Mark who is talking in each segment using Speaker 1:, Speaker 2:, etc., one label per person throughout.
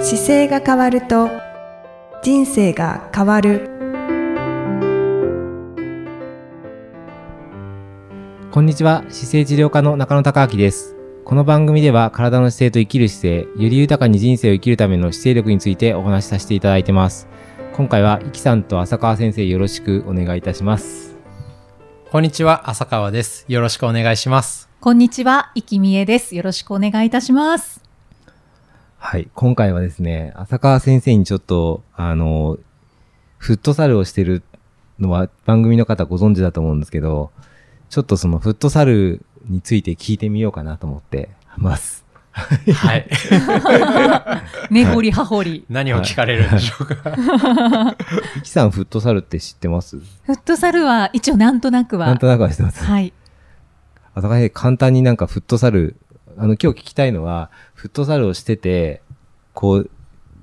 Speaker 1: 姿勢が変わると人生が変わる
Speaker 2: こんにちは姿勢治療科の中野孝明ですこの番組では体の姿勢と生きる姿勢より豊かに人生を生きるための姿勢力についてお話しさせていただいてます今回はイキさんと浅川先生よろしくお願いいたします
Speaker 3: こんにちは、浅川です。よろしくお願いします。
Speaker 4: こんにちは、いきみえです。よろしくお願いいたします。
Speaker 2: はい今回はですね浅川先生にちょっとあのフットサルをしてるのは番組の方ご存知だと思うんですけどちょっとそのフットサルについて聞いてみようかなと思ってます
Speaker 3: はい。
Speaker 4: 根掘り葉掘り。
Speaker 3: 何を聞かれるんでしょうか。
Speaker 2: キさん、フットサルって知ってます
Speaker 4: フットサルは一応なんとなくは。
Speaker 2: なんとなくは知ってます。
Speaker 4: はい。
Speaker 2: あたかへ簡単になんかフットサル、あの、今日聞きたいのは、フットサルをしてて、こう、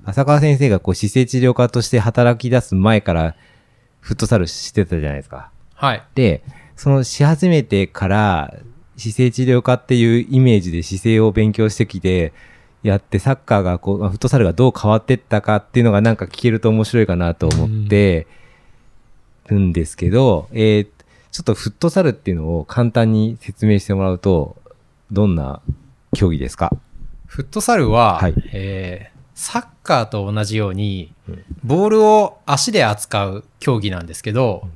Speaker 2: 浅川先生がこう姿勢治療科として働き出す前から、フットサルしてたじゃないですか。
Speaker 3: はい。
Speaker 2: で、そのし始めてから、姿勢治療科っていうイメージで姿勢を勉強してきて、やってサッカーがこう、まあフットサルがどう変わってったかっていうのがなんか聞けると面白いかなと思ってるんですけど、えーちょっとフットサルっていうのを簡単に説明してもらうと、どんな競技ですか
Speaker 3: フットサルは、
Speaker 2: はい
Speaker 3: えーサッカーと同じように
Speaker 2: うん、
Speaker 3: ボールを足で扱う競技なんですけど、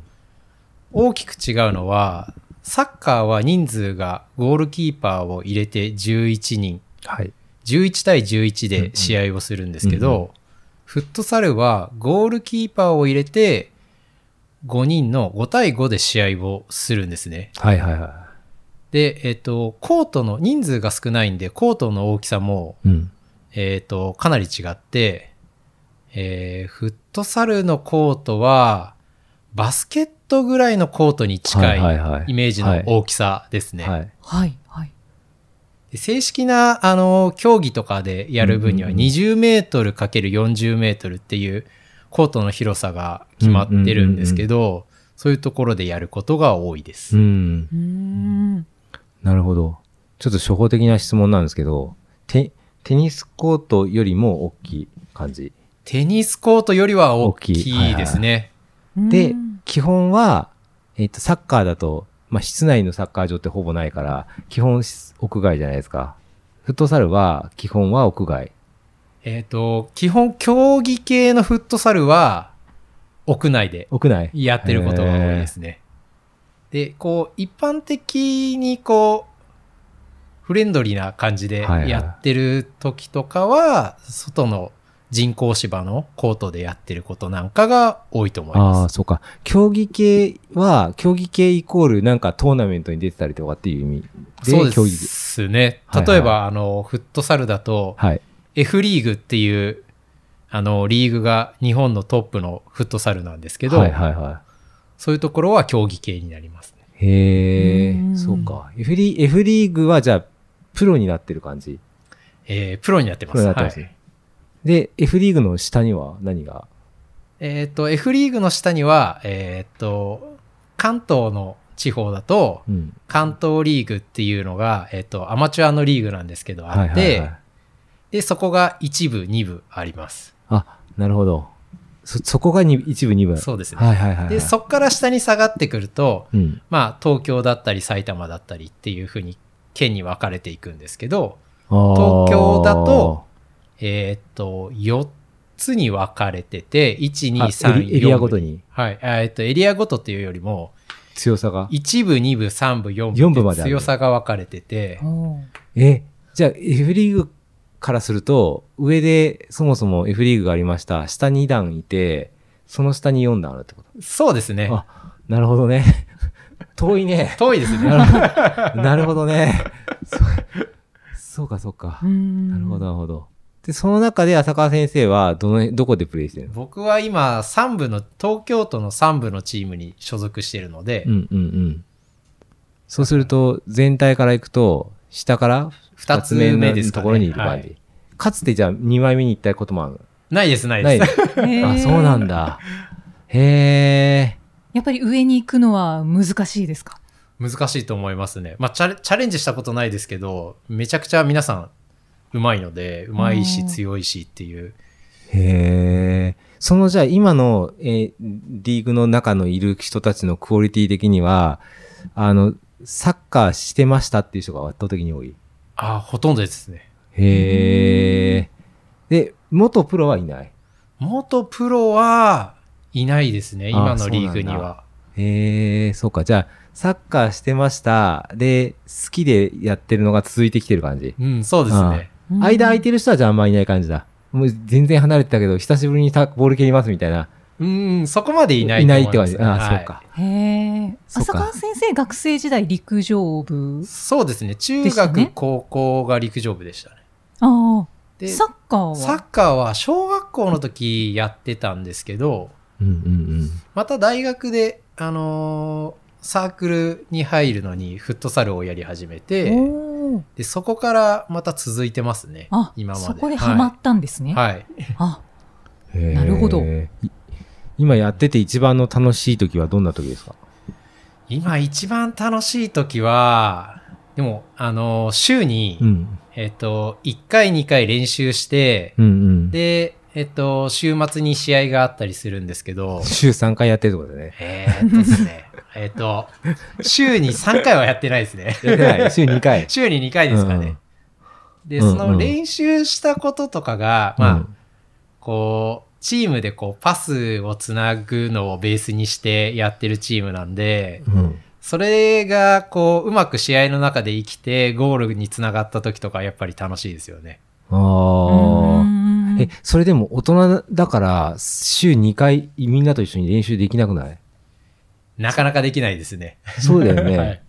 Speaker 3: 大きく違うのは、サッカーは人数がゴールキーパーを入れて11人、
Speaker 2: はい。
Speaker 3: 11対11で試合をするんですけ
Speaker 2: うんうん
Speaker 3: ど、フットサルはゴールキーパーを入れて、5人の5対5で試合をするんですね。
Speaker 2: はいはいは
Speaker 3: で、えっ、と、コートの人数が少ないんで、コートの大きさも、
Speaker 2: い。うん。
Speaker 3: えっ、と、かなり違って、えーフットサルのコートは、バスケットぐらいのコートに近
Speaker 2: はい
Speaker 3: い
Speaker 2: はいはい
Speaker 3: イメージの大きさですね。
Speaker 2: はい。
Speaker 4: はい、はい。
Speaker 3: で正式な、あの、競技とかでやる分には
Speaker 2: うんうんうん
Speaker 3: 20メートル ×40 メートルっていうコートの広さが決まってるんですけど、そういうところでやることが多いです。
Speaker 2: うん。
Speaker 4: うーん。
Speaker 2: なるほど。ちょっと初歩的な質問なんですけど、テ、テニスコートよりも大きい感じ。
Speaker 3: テニスコートよりは大きいですね。
Speaker 4: う
Speaker 2: で
Speaker 4: ん、
Speaker 2: 基本は、えっ、と、サッカーだと、まあ、室内のサッカー場ってほぼないから、基本し屋外じゃないですか。フットサルは、基本は屋外。
Speaker 3: えっ、と、基本競技系のフットサルは屋内で
Speaker 2: 屋内
Speaker 3: やってることが多いですね。で、こう、一般的にこう、フレンドリーな感じで
Speaker 2: はいはい
Speaker 3: やってる時とかは、外の人工芝のコートでやってることなんかが多いと思い
Speaker 2: ああ
Speaker 3: ま
Speaker 2: ー、
Speaker 3: す。
Speaker 2: そうか。競技系は、競技系イコール、なんかトーナメントに出てたりとかっていう意味で、
Speaker 3: そう
Speaker 2: 競
Speaker 3: で
Speaker 2: 技。
Speaker 3: すね。
Speaker 2: 競技で
Speaker 3: 例えば、
Speaker 2: は
Speaker 3: あの、フットサルだと、
Speaker 2: はい。
Speaker 3: F リーグっていう、あの、リーグが日本のトップのフットサルなんですけど、
Speaker 2: はいはいは
Speaker 3: そういうところは競技系になりますね。
Speaker 2: い。へ
Speaker 4: う
Speaker 2: え、
Speaker 4: ん
Speaker 2: そうか。F リ F リーグは、じゃあ、プロになってる感じ。
Speaker 3: えープロになってます。
Speaker 2: プロになってます
Speaker 3: はい
Speaker 2: で、F リーグの下には何が
Speaker 3: えっ、と、F リーグの下には、えっ、と、関東の地方だと、
Speaker 2: うん。
Speaker 3: 関東リーグっていうのが、えっ、と、アマチュアのリーグなんですけど、あって、で、そこが1部、2部あります。
Speaker 2: あ、なるほど。そ、そこがに一部二部。
Speaker 3: そうですね。
Speaker 2: はいはいはいはい。
Speaker 3: で、そこから下に下がってくると、
Speaker 2: うん。
Speaker 3: まあ、東京だったり埼玉だったりっていうふうに、県に分かれていくんですけど、
Speaker 2: 東
Speaker 3: 東京だと、えっ、と、4つに分かれてて、1、2、3、
Speaker 2: エリエリア
Speaker 3: 4
Speaker 2: ごと
Speaker 3: 部。
Speaker 2: に
Speaker 3: はい。えっ、と、エリアごとっていうよりも、
Speaker 2: 強さが。
Speaker 3: 1部、2部、3部、
Speaker 2: 四
Speaker 3: 4
Speaker 2: 部
Speaker 3: 部
Speaker 2: まで
Speaker 3: って
Speaker 2: ある
Speaker 3: 強さが分かれてて、
Speaker 4: おー
Speaker 2: え、じゃあ F リーグからすると、上でそもそも F リーグがありました。下2段いて、その下に4段あるってこと。
Speaker 3: そうですね。
Speaker 2: あなるほどね。 遠いね。
Speaker 3: 遠いですね。
Speaker 2: なる ほどなるほどね。 そそうかそうか
Speaker 4: うー。ん。
Speaker 2: なるほどなるほど。で、その中で浅川先生はどの、どこでプレイしてるの
Speaker 3: 僕は今、3部の、東京都の3部のチームに所属してるので
Speaker 2: う、んうんうん。そうすると、全体からいくと、下から
Speaker 3: 2つ目
Speaker 2: の
Speaker 3: です
Speaker 2: と
Speaker 3: かね。
Speaker 2: ころにいる感じ。
Speaker 3: はい
Speaker 2: かつてじゃあ2枚目に行ったこともある
Speaker 3: ないです、ない
Speaker 2: ない
Speaker 3: で。
Speaker 2: です す。
Speaker 4: へー
Speaker 2: あ、そうなんだ。へえ。
Speaker 4: やっぱり上に行くのは難しいですか
Speaker 3: 難しいと思いますね。まあ、チャレチャレンジしたことないですけど、めちゃくちゃ皆さん、うまいので、うまいし
Speaker 4: うん
Speaker 3: 強いしっていう。
Speaker 2: へえ。そのじゃあ今の、えーリーグの中のいる人たちのクオリティ的には、あの、サッカーしてましたっていう人が圧倒的に多い。
Speaker 3: ああ、ほとんどですね。
Speaker 2: へえ。で、元プロはいない。
Speaker 3: 元プロはいないですね、今のリーグに
Speaker 2: そうな
Speaker 3: は。
Speaker 2: へえ、そうか。じゃあ、サッカーしてました。で、好きでやってるのが続いてきてる感じ。
Speaker 3: うん、そうですね。
Speaker 2: 間空い
Speaker 4: て
Speaker 2: てる人はじゃああんまいない感じだ。もう全然離れてたけど、久しぶりにタボール蹴りますみたいな。
Speaker 3: うん、そこまでいない
Speaker 2: い
Speaker 3: と
Speaker 2: ない
Speaker 3: 思
Speaker 2: って
Speaker 3: ま
Speaker 2: 感
Speaker 3: す
Speaker 2: じ。ああ、
Speaker 3: はい
Speaker 2: そうか。
Speaker 4: へえ
Speaker 2: そう
Speaker 4: 浅
Speaker 2: か
Speaker 4: 川先生学生時代陸上部
Speaker 3: そうですね。中
Speaker 4: でした
Speaker 3: 学、
Speaker 4: ね
Speaker 3: 高校が陸上部でしたね。
Speaker 4: ああ
Speaker 3: で、サ
Speaker 4: サッカーは
Speaker 3: ッカーは小学校の時やってたんですけど、
Speaker 2: うんうん
Speaker 3: また大学で、あのーサークルに入るのにフットサルをやり始めて、
Speaker 4: おー
Speaker 3: でそこからまた続いてますね。
Speaker 4: あ
Speaker 3: 今まで。
Speaker 4: そこでハマったんですね、
Speaker 3: はい。はい
Speaker 4: あ
Speaker 2: うんへえ。
Speaker 4: なるほど
Speaker 2: い今やってて一番の楽しい時はどんな時ですか
Speaker 3: 今一番楽しい時は、でも、あのー週に、
Speaker 2: うん。
Speaker 3: えっ、と、1回2回練習して、
Speaker 2: うんうん。
Speaker 3: で、えっ、と、週末に試合があったりするんですけど、
Speaker 2: 週3回やってるってことだね。
Speaker 3: えーっとですね。 えーっと、週に3回はやってないですね。
Speaker 2: や ってない。週2回。
Speaker 3: 週に2回ですかね。で、
Speaker 2: うんうん
Speaker 3: その練習したこととかが、まあ、こう、チームでこう、パスをつなぐのをベースにしてやってるチームなんで、
Speaker 2: あ、うん。
Speaker 3: それが、こう、うまく試合の中で生きて、ゴールにつながった時とか、やっぱり楽しいですよね。
Speaker 2: ああ。
Speaker 4: あ
Speaker 2: え、それでも大人だから、週2回みんなと一緒に練習できなくない
Speaker 3: なかなかできないですね。
Speaker 2: そうだよ ね。
Speaker 3: はい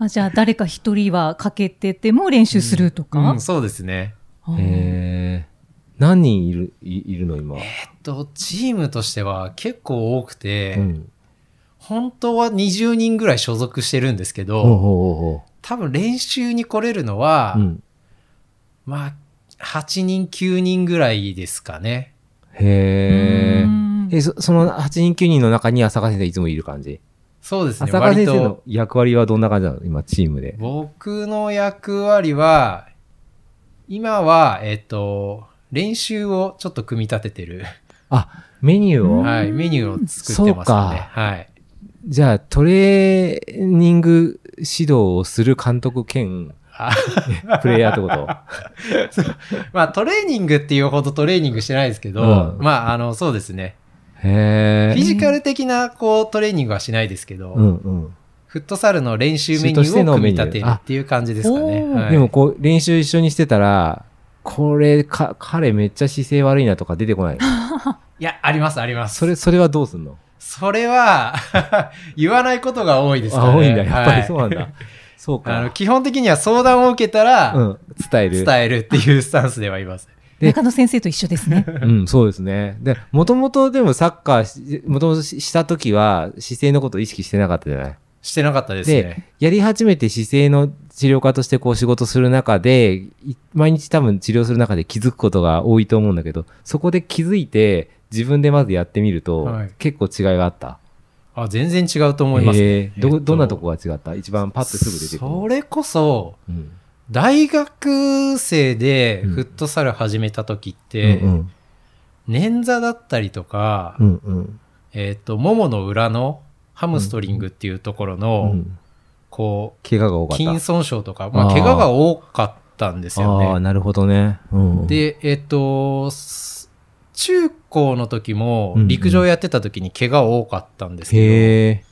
Speaker 4: あじゃあ誰か一人は欠けてても練習するとか、
Speaker 3: うん、そうですね。
Speaker 4: あー
Speaker 2: へえ。何人いる、いいるの今。
Speaker 3: えっと、チームとしては結構多くて、
Speaker 2: うん。
Speaker 3: 本当は20人ぐらい所属してるんですけど、
Speaker 2: ほうほうほ
Speaker 3: 多分練習に来れるのは、
Speaker 2: うほう。うん。
Speaker 3: まあ、8人、9人ぐらいですかね。
Speaker 2: へ
Speaker 4: う
Speaker 2: え。
Speaker 4: ん
Speaker 2: え、そその8人9人の中に浅川先生いつもいる感じ
Speaker 3: そうですね、
Speaker 2: 浅川
Speaker 3: 割
Speaker 2: 先生
Speaker 3: と
Speaker 2: の。役割はどんな感じなの今チームで。
Speaker 3: 僕の役割は、今は、えっと、練習をちょっと組み立ててる。
Speaker 2: あ、メニューを、
Speaker 4: うん
Speaker 3: はい、メニューを作ってます
Speaker 2: そう
Speaker 3: ね。
Speaker 2: か
Speaker 3: はい。
Speaker 2: じゃあトレーニング指導をする監督兼
Speaker 3: あ
Speaker 2: プレイヤーってこと
Speaker 3: まあ、トレーニングっていうほどトレーニングしてないですけど、
Speaker 2: うん
Speaker 3: まあ、あの、そうですね。
Speaker 2: へ
Speaker 3: フ
Speaker 2: え。
Speaker 3: ィジカル的な、こう、トレーニングはしないですけど、
Speaker 2: うんうん。
Speaker 3: フットサルの練習メニューを組み立てるっていう感じですかね。
Speaker 4: あ
Speaker 3: はい
Speaker 2: でもこう練習一緒にしてたら、これか、彼めっちゃ姿勢悪いなとか出てこない。
Speaker 3: いや、あります、あります。
Speaker 2: それ、それはどうすんの
Speaker 3: それは、 言わないことが多いですから
Speaker 2: あ、
Speaker 3: ね。
Speaker 2: 多いんだ。やっぱりそう
Speaker 3: はい
Speaker 2: なんだ。そう
Speaker 3: あの
Speaker 2: か。
Speaker 3: 基本的には相談を受けた
Speaker 2: う
Speaker 3: ら、
Speaker 2: ん、伝える。
Speaker 3: 伝えるっていうスタンスではいます。
Speaker 2: で
Speaker 4: 中野先生と一緒ですね
Speaker 2: うん、そうですね。で、もともとでもサッカーし、もともとした時は姿勢のことを意識してなかったじゃない
Speaker 3: してなかったです
Speaker 2: で
Speaker 3: ね。、
Speaker 2: やり始めて姿勢の治療家としてこう仕事する中で、い毎日多分治療する中で気づくことが多いと思うんだけど、そこで気づいて自分でまずやってみると、
Speaker 3: はい
Speaker 2: 結構違いがあった。
Speaker 3: あ全然違うと思います。
Speaker 2: へー
Speaker 3: え
Speaker 2: ど、
Speaker 3: っと
Speaker 2: どんなとこが違った一番パッとすぐ出てくる。
Speaker 3: それこそ、
Speaker 2: うん
Speaker 3: 大学生で
Speaker 2: うん
Speaker 3: フットサル始めた時って、
Speaker 2: うん
Speaker 3: 捻挫だったりとか、
Speaker 2: うんうん
Speaker 3: えっ、と、ももの裏のハムストリングっていうところ
Speaker 2: う
Speaker 3: の、
Speaker 2: ん。
Speaker 3: こ
Speaker 2: 怪我が多
Speaker 3: う、
Speaker 2: かった。
Speaker 3: 筋損傷とか、
Speaker 2: あ
Speaker 3: まあ、
Speaker 2: ー
Speaker 3: 怪我が多かったんですよね。
Speaker 2: ああ、なるほどね。うん、
Speaker 3: で、えっと、す中高の時も
Speaker 2: うんうん
Speaker 3: 陸上やってた時に怪我多かったんですけど、
Speaker 2: へえ。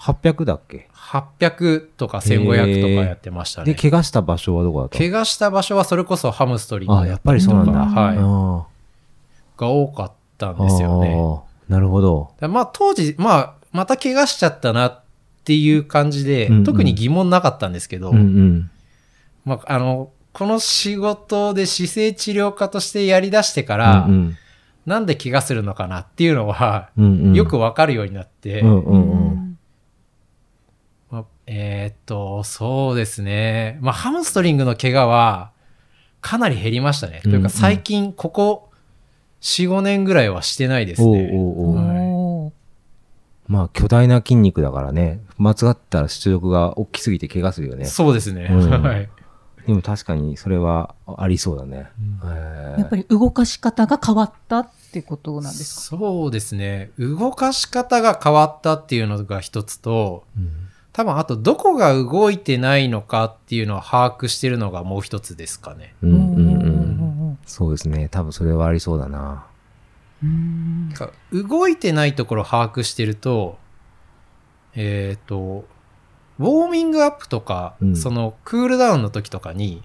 Speaker 2: 800だっけ
Speaker 3: 800とか1500とかやってました
Speaker 2: で、
Speaker 3: ね。
Speaker 2: 怪我した場所はどこだった
Speaker 3: 怪我した場所はそれこそハムストリング
Speaker 2: あ、やっぱりそうなんだ。
Speaker 4: うん
Speaker 3: はい
Speaker 2: あ
Speaker 3: が多かったん
Speaker 2: ー
Speaker 3: ですよね。
Speaker 2: あーなるほど。
Speaker 3: だまあ当時、まあまた怪我しちゃったなっていう感じで、
Speaker 2: うんうん
Speaker 3: 特に疑問なかったんですけど、
Speaker 2: うんうん。
Speaker 3: まああの、この仕事で姿勢治療家としてやり出してから、
Speaker 2: うん
Speaker 3: なんで怪我するのかなっていうのは、
Speaker 2: うんうんうん
Speaker 3: よくわかるようになっ て、
Speaker 2: うんうん
Speaker 4: う
Speaker 2: うん。
Speaker 4: ん
Speaker 3: まあえーっと、そうですね。まあ、ハムストリングの怪我は、かなり減りましたね。
Speaker 2: うん
Speaker 3: というか、最近、ここ、4、5年ぐらいはしてないです
Speaker 2: おう
Speaker 3: ね。
Speaker 2: おうおう
Speaker 3: はい
Speaker 4: おー
Speaker 2: まあ、巨大な筋肉だからね。間違ったら出力が大きすぎて怪我するよね。
Speaker 3: そうですね。
Speaker 2: うん
Speaker 3: はい。
Speaker 2: でも確かにそれはありそうだね。
Speaker 3: うん
Speaker 2: へえ
Speaker 4: やっぱり動かし方が変わったってことなんですか
Speaker 3: そうですね。動かし方が変わったっていうのが一つと、
Speaker 2: うん
Speaker 3: 多分あとどこが動いてないのかっていうのを把握してるのがもう一つですかね。
Speaker 2: う
Speaker 4: うん
Speaker 2: うんう
Speaker 4: うん
Speaker 2: んそうですね。多分それはありそうだな。
Speaker 4: うん
Speaker 3: なんか動いてないところを把握してると、えっ、と、ウォーミングアップとか、
Speaker 2: うん
Speaker 3: そのクールダウンの時とかに、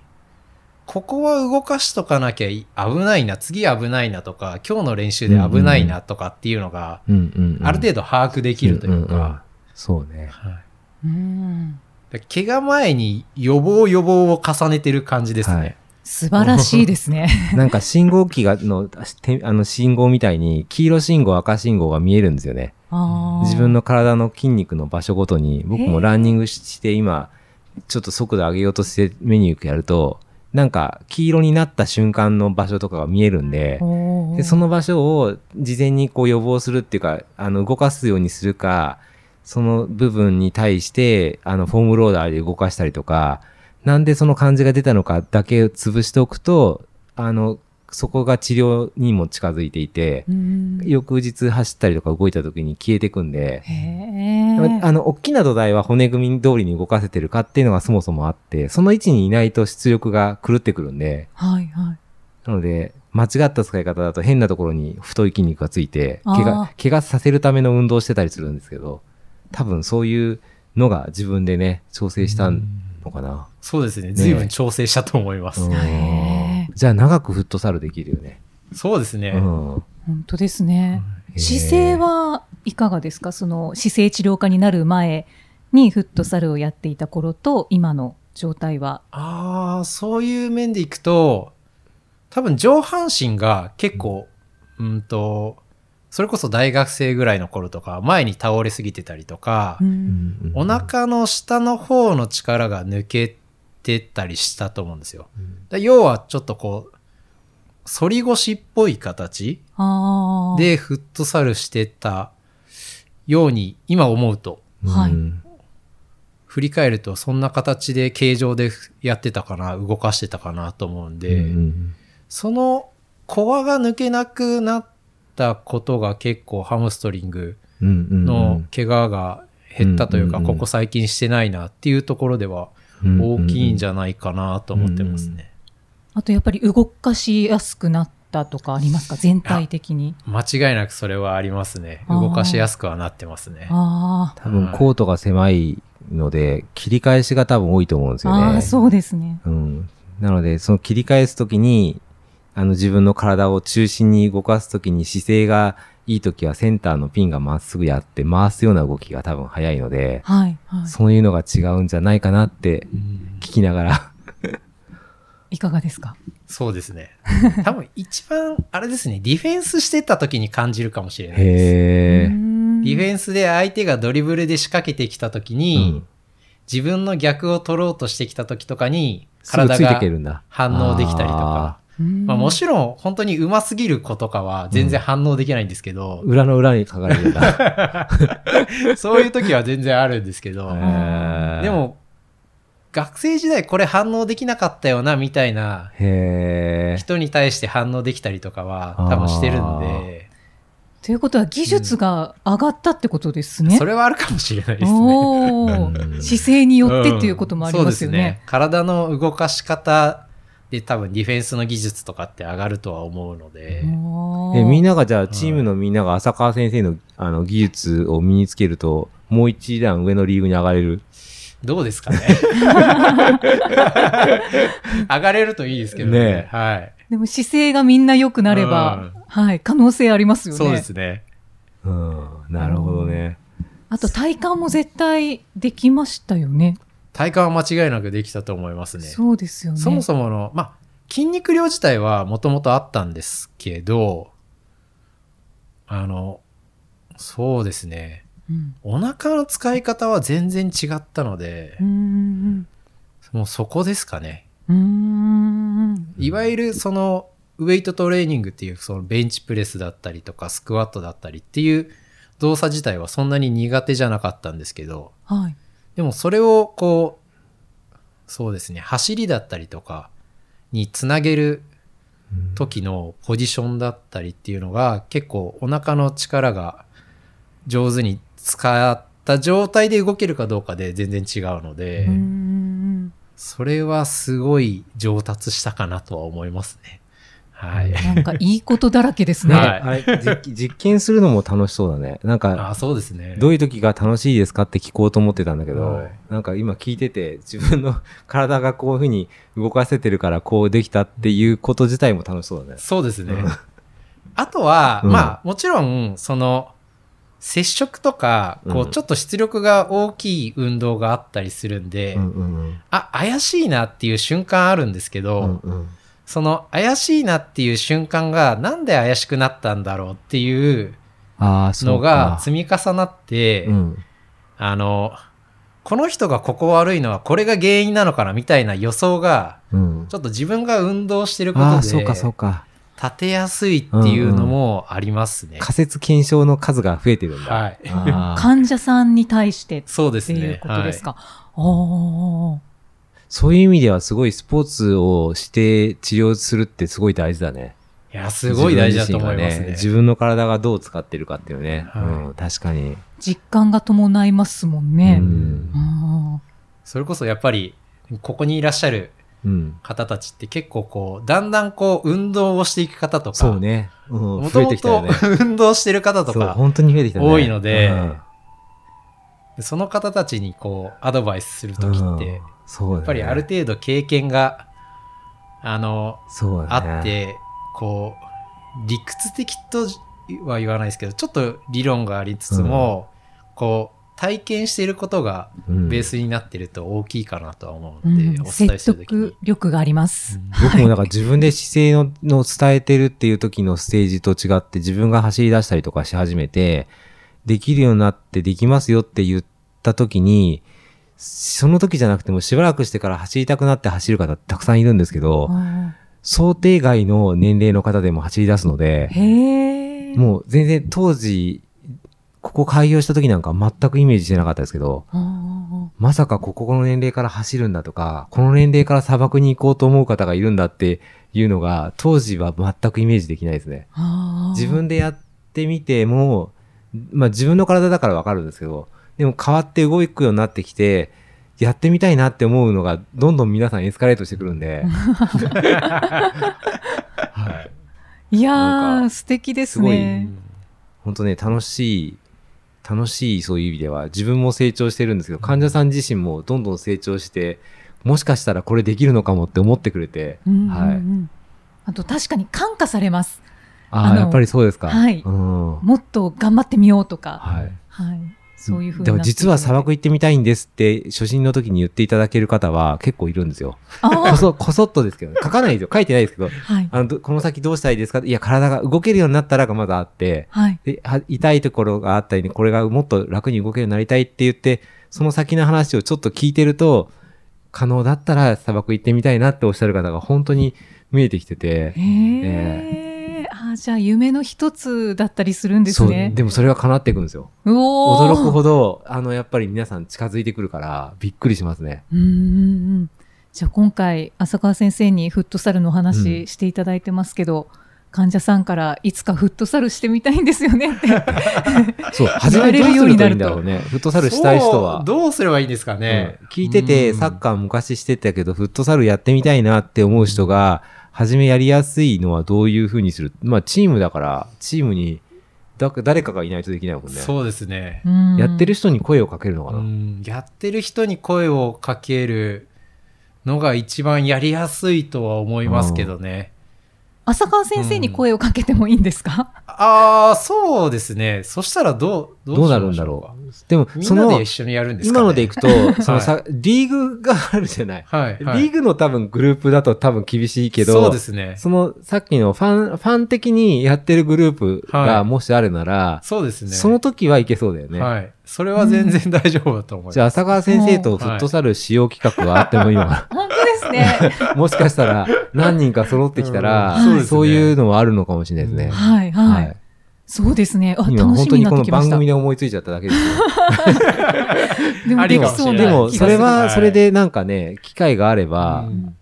Speaker 3: ここは動かしとかなきゃい危ないな、次危ないなとか、今日の練習で危ないなとかっていうのが、
Speaker 2: うんうんうん
Speaker 3: ある程度把握できるという
Speaker 2: うんんん
Speaker 3: か、
Speaker 2: そうね。
Speaker 3: はい
Speaker 4: うん
Speaker 3: だから怪我前に予防予防を重ねてる感じですね。
Speaker 2: はい
Speaker 4: 素晴らしいで すね。
Speaker 2: なんか信号機がのてあの信号みたいに黄色信号赤信号が見えるんですよね。
Speaker 4: あー
Speaker 2: 自分の体の筋肉の場所ごとに僕もランニングしして今ちょっと速度上げようとしてメニューやるとなんか黄色になった瞬間の場所とかが見えるんで
Speaker 4: おー
Speaker 2: でその場所を事前にこう予防するっていうかあの動かすようにするかその部分に対してあのフォームローダーで動かしたりとかなんでその感じが出たのかだけ潰しておくとあのそこが治療にも近づいていて
Speaker 4: うん
Speaker 2: 翌日走ったりとか動いた時に消えてくんで。
Speaker 4: へえ。
Speaker 2: あの、大きな土台は骨組み通りに動かせてるかっていうのがそもそもあって、その位置にいないと出力が狂ってくるんで、
Speaker 4: はいはい。
Speaker 2: なので、間違った使い方だと変なところに太い筋肉がついて、
Speaker 4: あー
Speaker 2: 怪我、怪我させるための運動をしてたりするんですけど、多分そういうのが自分でね、調整したのかな。
Speaker 3: そうですね。
Speaker 2: え
Speaker 3: 随分調整したと思います。
Speaker 2: うん
Speaker 4: へー
Speaker 2: じゃあ長くフットサルできるよね。
Speaker 3: そうですね。
Speaker 2: うん
Speaker 4: 本当ですね。
Speaker 2: へー
Speaker 4: 姿勢はいかがですかその姿勢治療科になる前にフットサルをやっていた頃と今の状態は。
Speaker 3: ああ、そういう面でいくと、多分上半身が結構、うんと、それこそ大学生ぐらいの頃とか、前に倒れすぎてたりとか、
Speaker 2: うん
Speaker 3: お腹の下の方の力が抜けてたりしたと思うんですよ。で要はちょっとこう、反り腰っぽい形
Speaker 4: あー
Speaker 3: でフットサルしてたように、今思うと、
Speaker 4: はい
Speaker 2: うん
Speaker 3: 振り返るとそんな形で形状でやってたかな、動かしてたかなと思うんで、
Speaker 2: うん
Speaker 3: そのコアが抜けなくなったことが結構ハムストリング
Speaker 2: うんうん
Speaker 3: の怪我が減ったというか、
Speaker 2: うんうんうん
Speaker 3: ここ最近してないなっていうところでは大きいんじゃないかなと思ってますね。
Speaker 4: あとやっぱり動かしやすくなったとかありますか全体的に。
Speaker 3: 間違いなくそれはありますね。
Speaker 4: あー
Speaker 3: 動かしやすくはなってますね。
Speaker 4: あー
Speaker 2: 多分コートが狭いので、切り返しが多分多いと思うんですよね。
Speaker 4: あー、そうですね。
Speaker 2: うん。なので、その切り返すときに、あの自分の体を中心に動かすときに姿勢がいいときはセンターのピンがまっすぐやって回すような動きが多分早いので、
Speaker 4: はいはい。
Speaker 2: そういうのが違うんじゃないかなって
Speaker 3: うん
Speaker 2: 聞きながら。
Speaker 4: いかがですか
Speaker 3: そうですね。多分一番、あれですね、ディフェンスしてた時に感じるかもしれないです。
Speaker 2: へー。
Speaker 4: うん
Speaker 3: ディフェンスで相手がドリブルで仕掛けてきた時に、自分の逆を取ろうとしてきた時とかに、
Speaker 2: 体が
Speaker 3: 体
Speaker 2: ついて
Speaker 3: が
Speaker 2: けるんだ。
Speaker 3: 反応できたりとか。
Speaker 4: うん
Speaker 3: まあもちろん本当に上手すぎる子とかは全然反応できないんですけど、
Speaker 2: 裏の裏に書かれるん だ。
Speaker 3: そういう時は全然あるんで すけど、
Speaker 2: へー
Speaker 3: で、も、学生時代これ反応できなかったよなみたいな
Speaker 2: へー。
Speaker 3: 人に対して反応できたりとかは多分してるんで、
Speaker 4: ということは技術が上がったってことですね。
Speaker 3: それはあるかもしれないですね。
Speaker 4: お
Speaker 2: うん
Speaker 4: ー姿勢によってっていうこともありますよ
Speaker 3: うんそう
Speaker 4: ね。
Speaker 3: です体の動かし方で多分ディフェンスの技術とかって上がるとは思うので、
Speaker 2: え、みん
Speaker 4: な
Speaker 2: ながじゃあ、チームのみんなが浅川先生のあの技術を身につけると、もう一段上のリーグに上がれる。
Speaker 3: どうです かね。上がれるといいですけどね。
Speaker 2: ねえ
Speaker 3: はい。
Speaker 4: でも姿勢がみんな良くなれば、はい、可能性ありますよね。
Speaker 3: そうですね。
Speaker 2: うん、なるほどね。
Speaker 4: あと体幹も絶対できましたよね。
Speaker 3: 体幹は間違いなくできたと思いますね。そ
Speaker 4: そうですよね。
Speaker 3: もそもの、まあ、筋肉量自体はもともとあったんですけど、あの、そうですね。
Speaker 4: うん
Speaker 3: お腹の使い方は全然違ったので
Speaker 4: うー、ん
Speaker 3: もうそこですかね。
Speaker 4: うーん
Speaker 3: いわゆるそのウェイトトレーニングっていうそのベンチプレスだったりとかスクワットだったりっていう動作自体はそんなに苦手じゃなかったんですけど
Speaker 4: はい。
Speaker 3: でもそれをこうそうですね、走りだったりとかにつなげる
Speaker 2: うん
Speaker 3: 時のポジションだったりっていうのが結構お腹の力が上手に使った状態で動けるかどうかで全然違うので、
Speaker 2: うん
Speaker 4: ん
Speaker 3: それはすごい上達したかなとは思いますね。はい。
Speaker 4: なんかいいことだらけです
Speaker 2: ね、
Speaker 4: ね。
Speaker 3: はい
Speaker 2: あれ実 実験するのも楽しそうだね。なんか、
Speaker 3: あそうですね。
Speaker 2: どういう時が楽しいですかって聞こうと思ってたんだけど、
Speaker 3: はい
Speaker 2: なんか今聞いてて、自分の 体がこういうふうに動かせてるからこうできたっていうこと自体も楽しそうだね。
Speaker 3: そうですね
Speaker 2: うん。
Speaker 3: あとは、
Speaker 2: うん
Speaker 3: まあ、もちろん、その、接触とか、こ
Speaker 2: う
Speaker 3: う、
Speaker 2: ん
Speaker 3: ちょっと出力が大きい運動があったりするんで、
Speaker 2: うんうんうん
Speaker 3: あ、怪しいなっていう瞬間あるんですけど、
Speaker 2: うんうん
Speaker 3: その怪しいなっていう瞬間がなんで怪しくなったんだろうっていう
Speaker 2: ああ、そう
Speaker 3: の
Speaker 2: か
Speaker 3: が積み重なって、
Speaker 2: うん
Speaker 3: あの、この人がここ悪いのはこれが原因なのかなみたいな予想が、
Speaker 2: うん
Speaker 3: ちょっと自分が運動してるこ
Speaker 2: あ
Speaker 3: と
Speaker 2: あ、
Speaker 3: で、
Speaker 2: そうかそうか。
Speaker 3: 立てやすいっていうのもありますね。
Speaker 2: 仮説検証の数が増えてるんだ。
Speaker 3: はい。
Speaker 2: あー
Speaker 4: 患者さんに対してっ
Speaker 3: そうです
Speaker 4: て
Speaker 3: ね。
Speaker 4: いうことです
Speaker 3: は
Speaker 4: か。おー
Speaker 2: そういう意味ではすごいスポーツをして治療するってすごい大事だね。
Speaker 3: い、いや、すごい大事だと思います
Speaker 2: 自分自身が
Speaker 3: ね。
Speaker 2: 自分の体がどう使ってるかっていうね。
Speaker 3: はい
Speaker 2: うん、確かに。
Speaker 4: 実感が伴いますもんね
Speaker 2: う。ん
Speaker 4: うん
Speaker 3: それこそやっぱり、ここにいらっしゃる
Speaker 2: うん。
Speaker 3: 方たちって結構こう、だんだんこう、運動をしていく方とか、
Speaker 2: そうね。うん、増
Speaker 3: もと
Speaker 2: え
Speaker 3: も
Speaker 2: てきたよ
Speaker 3: と
Speaker 2: ね。
Speaker 3: 運動してる方と
Speaker 2: そう、
Speaker 3: か、
Speaker 2: 本当に増えてきたね。
Speaker 3: 多いので
Speaker 2: うん
Speaker 3: その方たちにこう、アドバイスするとき
Speaker 2: う
Speaker 3: っ
Speaker 2: ん
Speaker 3: て、
Speaker 2: そうだね
Speaker 3: やっぱりある程度経験が、あの、
Speaker 2: そうだね
Speaker 3: あって、こう、理屈的とは言わないですけど、ちょっと理論がありつつも、こう、体験していることが
Speaker 2: うん
Speaker 3: ベースになってると大きいかなとは思う
Speaker 4: う
Speaker 3: ので、
Speaker 4: ん
Speaker 3: お伝え
Speaker 4: 説
Speaker 3: してるときに
Speaker 4: 得。力があります。
Speaker 2: 僕もなんか自分で姿勢のの伝えてるっていう時のステージと違って自分が走り出したりとかし始めてできるようになってできますよって言った時にその時じゃなくてもしばらくしてから走りたくなって走る方たくさんいるんですけど
Speaker 4: あ
Speaker 2: 想定外の年齢の方でも走り出すの
Speaker 4: ー
Speaker 2: で
Speaker 4: へえ。
Speaker 2: もう全然当時ここ開業した時なんか全くイメージしてなかったですけど
Speaker 4: あ
Speaker 2: まさかここの年齢から走るんだとか、この年齢から砂漠に行こうと思う方がいるんだっていうのが、当時は全くイメージできないですね。
Speaker 4: ーあー。
Speaker 2: 自分でやってみても、まあ自分の体だからわかるんですけど、でも変わって動くようになってきて、やってみたいなって思うのが、どんどん皆さんエスカレートしてくるん で、
Speaker 4: いや
Speaker 2: なん
Speaker 4: ー、
Speaker 2: か
Speaker 4: 素敵です
Speaker 2: すごい
Speaker 3: うん
Speaker 4: ね。
Speaker 2: 本当ね、楽しい、楽しいそういう意味では、自分も成長してるんですけど、患者さん自身もどんどん成長して、もしかしたらこれできるのかもって思ってくれて、
Speaker 4: うんうん
Speaker 2: はい。
Speaker 4: うんあと確かに感化されます。
Speaker 2: あ
Speaker 4: あ
Speaker 2: あ、
Speaker 4: の
Speaker 2: やっぱりそうですか。
Speaker 4: はい
Speaker 2: うん。は
Speaker 4: もっと頑張ってみようとか、
Speaker 2: い。
Speaker 4: はい、そういうふうに
Speaker 2: で
Speaker 4: な
Speaker 2: も
Speaker 4: っていく
Speaker 2: 実は砂漠行ってみたいんですって、初心の時に言っていただける方は結構いるんですよ。こ
Speaker 4: あー
Speaker 2: そ、こそっとですけど、ね、書かないですよ。書いてないです けど、
Speaker 4: はい、
Speaker 2: あの、どこの先どうしたらいいですかいや、体が動けるようになったらがまだあって、
Speaker 4: はい、
Speaker 2: で、は痛いところがあったりね、これがもっと楽に動けるようになりたいって言って、その先の話をちょっと聞いてると、可能だったら砂漠行ってみたいなっておっしゃる方が本当に見えてきてて
Speaker 4: へ、えあーじゃあ夢の一つだったりするんですね。
Speaker 2: でもそれが叶っていくんですよ。
Speaker 4: うおー
Speaker 2: 驚くほど、あの、やっぱり皆さん近づいてくるから、びっくりしますね。
Speaker 4: うんうんうんじゃあ今回浅川先生にフットサルのお話していただいてますけど、患者さんからいつかフットサルしてみたいんですよね って
Speaker 2: そう、始め
Speaker 4: やれ
Speaker 2: どう
Speaker 4: る
Speaker 2: す
Speaker 4: よう
Speaker 2: る
Speaker 4: に
Speaker 2: と
Speaker 4: ない
Speaker 2: い
Speaker 4: る
Speaker 2: ん
Speaker 4: と
Speaker 2: だろうね。フットサルしたい人
Speaker 3: そ
Speaker 2: は
Speaker 3: う。どうすればいいんですかね。
Speaker 2: うん聞いてて、
Speaker 3: うん
Speaker 2: サッカー昔してたけど、フットサルやってみたいなって思う人が、始めやりやすいのはどういうふうにするまあ、チームだから、チームに、だ誰かがいないとできないもんね。
Speaker 3: そうですね。
Speaker 4: うん
Speaker 2: やってる人に声をかけるのかな。
Speaker 3: うんやってる人に声をかけるのが一番やりやすいとは思いますけどね。
Speaker 4: 浅川先生に声をかけてもいいんですか、
Speaker 3: ああ、そうですね。そしたらど
Speaker 2: ど
Speaker 3: う、
Speaker 2: う
Speaker 3: し
Speaker 2: な
Speaker 3: まし
Speaker 2: る
Speaker 3: ょうんか
Speaker 2: だろう。でも、
Speaker 3: み
Speaker 2: そ
Speaker 3: んな
Speaker 2: の
Speaker 3: で一、緒にやるんですか、ね、
Speaker 2: 今のでいくと、その
Speaker 3: は
Speaker 2: さ、リーグがあるじゃない。
Speaker 3: はい、はい。
Speaker 2: リーグの多分グループだと多分厳しいけど、
Speaker 3: そうですね。
Speaker 2: そのさっきのファン、ファン的にやってるグループ
Speaker 3: は
Speaker 2: が
Speaker 3: い
Speaker 2: もしあるなら、
Speaker 3: そうですね。
Speaker 2: その時はいけそうだよね。
Speaker 3: はい。それは全然大丈夫だと思います。
Speaker 2: じゃあ、浅川先生とフットサル使用企画があってもいいのか
Speaker 4: 本当ですね
Speaker 2: な。 もしかしたら何人か揃ってきたら、
Speaker 3: うん
Speaker 2: そういうのはあるのかもしれないですね。
Speaker 4: はいはい、
Speaker 2: はい。
Speaker 4: そうですね。あ、
Speaker 2: 今
Speaker 4: 楽
Speaker 2: 本
Speaker 4: し
Speaker 2: 当
Speaker 4: みに
Speaker 2: に
Speaker 4: な
Speaker 2: こ
Speaker 4: って
Speaker 2: の
Speaker 4: きまし
Speaker 2: 番
Speaker 4: た。
Speaker 2: 組で思いついちゃっただけですよ。
Speaker 4: でも
Speaker 3: あ
Speaker 4: で
Speaker 3: り
Speaker 4: き
Speaker 3: かもし
Speaker 4: そう
Speaker 3: れ
Speaker 4: な
Speaker 3: ない
Speaker 2: でも
Speaker 4: 気
Speaker 2: そ
Speaker 4: がす
Speaker 2: れ
Speaker 4: る
Speaker 2: は
Speaker 3: 気がする
Speaker 2: それでなんかね機会があれば、
Speaker 3: うん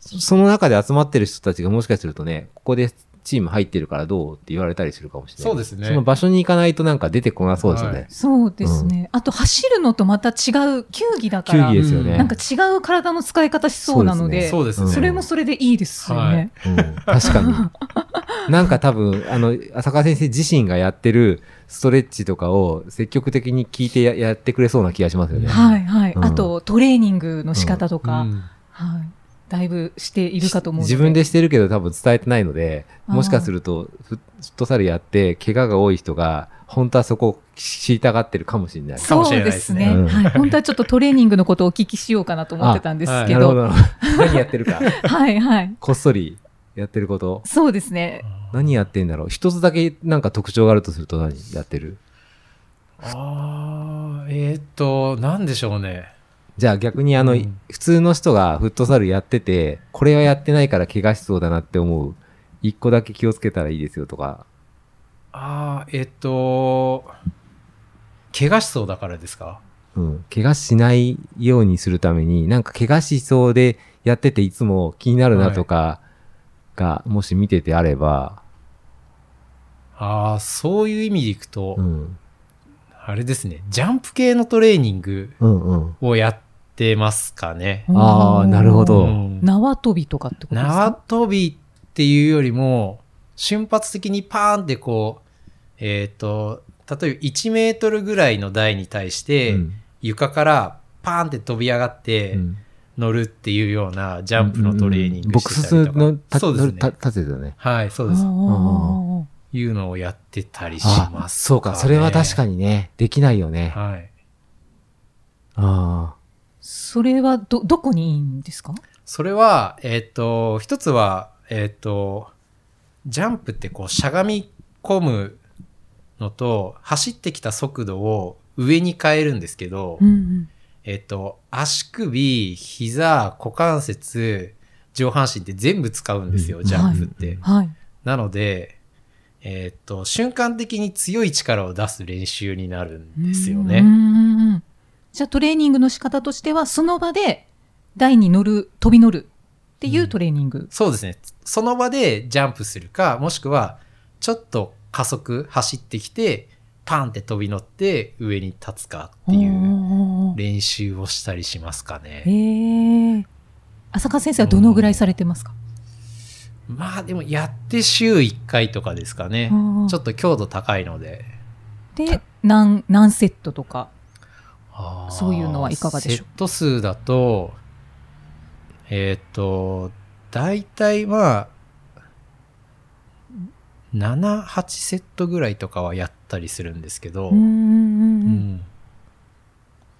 Speaker 2: そその中で集まってる人たちがもしかするとねここでチーム入ってるからどうって言われたりするかもしれない
Speaker 3: そうですね
Speaker 2: その場所に行かないとなんか出てこなそうですよね、
Speaker 3: はい
Speaker 4: そうですね。あと走るのとまた違う球技だか
Speaker 2: 球
Speaker 4: ら、
Speaker 2: 技ですよね、
Speaker 3: うん
Speaker 4: なんか違う体の使い方しそうなので、
Speaker 3: そうですね。
Speaker 4: それもそれでいいですよね。
Speaker 2: うん確かに なんか多分あの浅川先生自身がやってるストレッチとかを積極的に聞いてやや ってくれそうな気がしますよね、
Speaker 3: は
Speaker 4: はいはい。
Speaker 2: うん
Speaker 4: あとトレーニングの仕方とか、
Speaker 3: うん
Speaker 4: はい。だいぶしているかと思うので。
Speaker 2: 自分でしてるけど多分伝えてないので
Speaker 4: あー
Speaker 2: もしかするとフフットサルやって怪我が多い人が本当はそこを 知りたがってるかもしれない。
Speaker 3: かもしれない
Speaker 4: そ
Speaker 3: で
Speaker 4: うです
Speaker 3: す
Speaker 4: ね、
Speaker 3: ね
Speaker 2: うん
Speaker 4: はい。本当はちょっとトレーニングのことをお聞きしようかなと思ってたんですけ
Speaker 2: なる
Speaker 4: ど。
Speaker 2: ほどなるほど 何やってるか
Speaker 4: はいはい。
Speaker 2: こっそりやってること
Speaker 4: そうですね。
Speaker 2: 何やってんだろう一つだけなんか特徴があるとすると何やってる
Speaker 3: ああ、えーっと、なんでしょうね。
Speaker 2: じゃあ逆にあの、
Speaker 3: うん
Speaker 2: 普通の人がフットサルやっててこれはやってないから怪我しそうだなって思う一個だけ気をつけたらいいですよとか
Speaker 3: ああ、えーっと、怪我しそうだからですか
Speaker 2: うん、怪我しないようにするために、なんか怪我しそうでやってていつも気になるなとかが、もし見ててあれば、
Speaker 3: ああ、そういう意味でいくと、
Speaker 2: うん、
Speaker 3: あれですね、ジャンプ系のトレーニング
Speaker 2: うんうん。
Speaker 3: をやってますかね。
Speaker 2: あーなるほどうん
Speaker 4: 縄跳びとかってことです
Speaker 3: 縄
Speaker 4: か
Speaker 3: 跳びっていうよりも、瞬発的にパーンってこう、えっ、と、例えば1メートルぐらいの台に対して、
Speaker 2: うん
Speaker 3: 床からパーンって飛び上がって
Speaker 2: うん
Speaker 3: 乗るっていうようなジャンプのトレーニング
Speaker 2: ボック
Speaker 3: してたり
Speaker 2: ス
Speaker 3: とか。
Speaker 2: のた
Speaker 3: そうです
Speaker 2: 乗るた
Speaker 3: ね。
Speaker 2: 立てたね。
Speaker 3: はい、そうです。
Speaker 4: あ
Speaker 3: いうのをやってたりし
Speaker 2: あ
Speaker 3: ま、す、
Speaker 2: そうか、それは確か
Speaker 3: に。
Speaker 2: にね、できないよね。
Speaker 3: はい。
Speaker 2: あ
Speaker 4: ーそれはど、どこにいいんですか
Speaker 3: それは、えっ、と、一つは、えっ、と、ジャンプってこう、しゃがみ込むのと、走ってきた速度を上に変えるんですけど、
Speaker 4: うん
Speaker 3: えっ、と、足首、膝、股関節、上半身って全部使うんですよ、
Speaker 2: うん
Speaker 3: ジャンプって。
Speaker 2: はい
Speaker 4: はい。
Speaker 3: なので、えっ、と、瞬間的に強い力を出す練習になるんですよ
Speaker 4: うん
Speaker 3: ね。
Speaker 4: うんうんじゃあトレーニングの仕方としては、その場で台に乗る、飛び乗るっていうトレーニング。
Speaker 3: そうですね。その場でジャンプするか、もしくは、ちょっと加速、走ってきて、パンって飛び乗って上に立つかっていう
Speaker 4: おー
Speaker 3: 練習をしたりしますかね。
Speaker 4: へえ。浅川先生はどのぐらいされてますか
Speaker 3: まあでもやって週1回とかですかね。ちょ
Speaker 4: っ
Speaker 3: っと強度高いので。
Speaker 4: と。で、何、何セットとか。
Speaker 3: あー
Speaker 4: そういうのはいかがでしょう
Speaker 3: セット数だと、えーっ、と、大体まあ、7、8セットぐらいとかはやったりするんですけど、
Speaker 4: うんうん
Speaker 3: う
Speaker 4: うんうん
Speaker 3: ん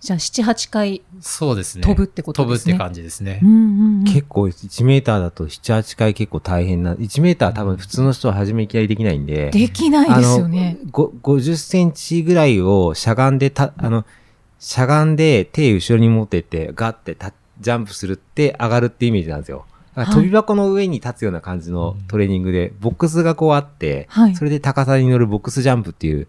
Speaker 4: じゃあ7、8回
Speaker 3: そうですね。
Speaker 4: 飛ぶってことです
Speaker 3: 飛ぶっ
Speaker 4: ね。
Speaker 3: て感じですね
Speaker 4: う。んうんうん
Speaker 2: あ、結構1メーターだと7、8回結構大変な、1メーター多分普通の人は初めいきなりできないんで。
Speaker 4: できないですよね。
Speaker 2: あのご50センチぐらいをしゃがんでた、あの、しゃがんで手後ろに持ってって、ガッてたジャンプするって上がるってイメージなんですよ。だから
Speaker 4: はい
Speaker 2: 飛び箱の上に立つような感じのトレーニングで、ボックスがこうあって、
Speaker 4: はい
Speaker 2: それで高さに乗るボックスジャンプっていう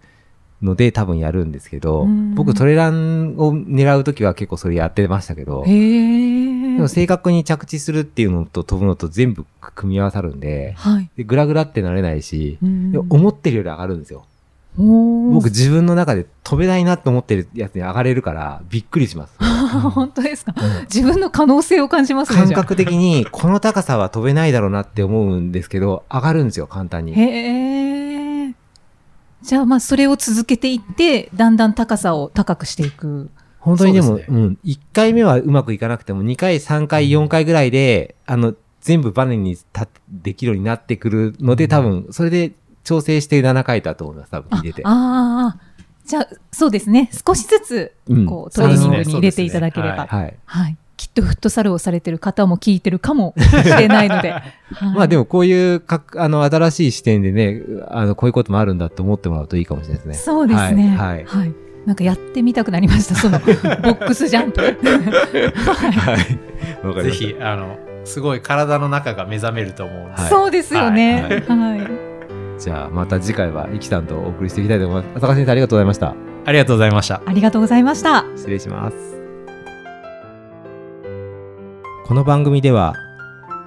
Speaker 2: ので多分やるんですけど
Speaker 4: うん、
Speaker 2: 僕トレランを狙うときは結構それやってましたけど、
Speaker 4: へ
Speaker 2: で
Speaker 4: え。
Speaker 2: も正確に着地するっていうのと飛ぶのと全部組み合わさるんで、
Speaker 4: はい。
Speaker 2: でグラグラってなれないし、
Speaker 4: うん
Speaker 2: でも思ってるより上がるんですよ。
Speaker 4: お
Speaker 2: 僕
Speaker 4: ー
Speaker 2: 自分の中で飛べないなと思ってるやつに上がれるからびっくりし ます。
Speaker 4: 本当ですか。自分の可能性を感じますね。
Speaker 2: 感
Speaker 4: じゃあ
Speaker 2: 覚的にこの高さは飛べないだろうなって思うんですけど上がるんですよ簡単に。
Speaker 4: へえ。じゃあまあそれを続けていってだんだん高さを高くしていく。
Speaker 2: 本当にで
Speaker 3: そ
Speaker 2: も
Speaker 3: う
Speaker 2: う
Speaker 3: ですね
Speaker 2: ん、1回目はうまくいかなくても2回3回4回ぐらいであの全部バネに立っできるようになってくるので多分それで調整して7回だと思います多分
Speaker 4: あ
Speaker 2: 聞いてて。
Speaker 4: あー。じゃあそうですね。少しずつ
Speaker 2: うん
Speaker 4: こうトレーニング
Speaker 3: そうで
Speaker 4: に
Speaker 3: すね
Speaker 4: 入れていただければ。
Speaker 2: はい。
Speaker 4: はい。きっとフットサルをされてる方も聞いてるかもしれないので。はい
Speaker 2: まあでもこういうかあの新しい視点でねあのこういうこともあるんだと思ってもらうといいかもしれないですね。
Speaker 4: そうですね。
Speaker 2: は
Speaker 4: はい
Speaker 2: はい
Speaker 4: い。なんかやってみたくなりました。 そのボックスジャンプ。はい
Speaker 2: はい。わ
Speaker 3: ぜひ、あの、すごい体の中が目覚めると思うんです。
Speaker 2: はい
Speaker 4: そうですよね。はい。
Speaker 2: じゃあまた次回はイキさんとお送りしていきたいと思います。浅川先生ありがとうございました。
Speaker 3: ありがとうございました。
Speaker 4: ありがとうございました。
Speaker 2: 失礼します。この番組では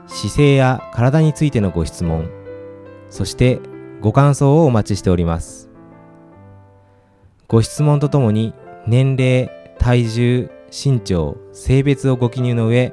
Speaker 2: 姿勢や体についてのご質問、そしてご感想をお待ちしております。ご質問とともに年齢、体重、身長、性別をご記入の上、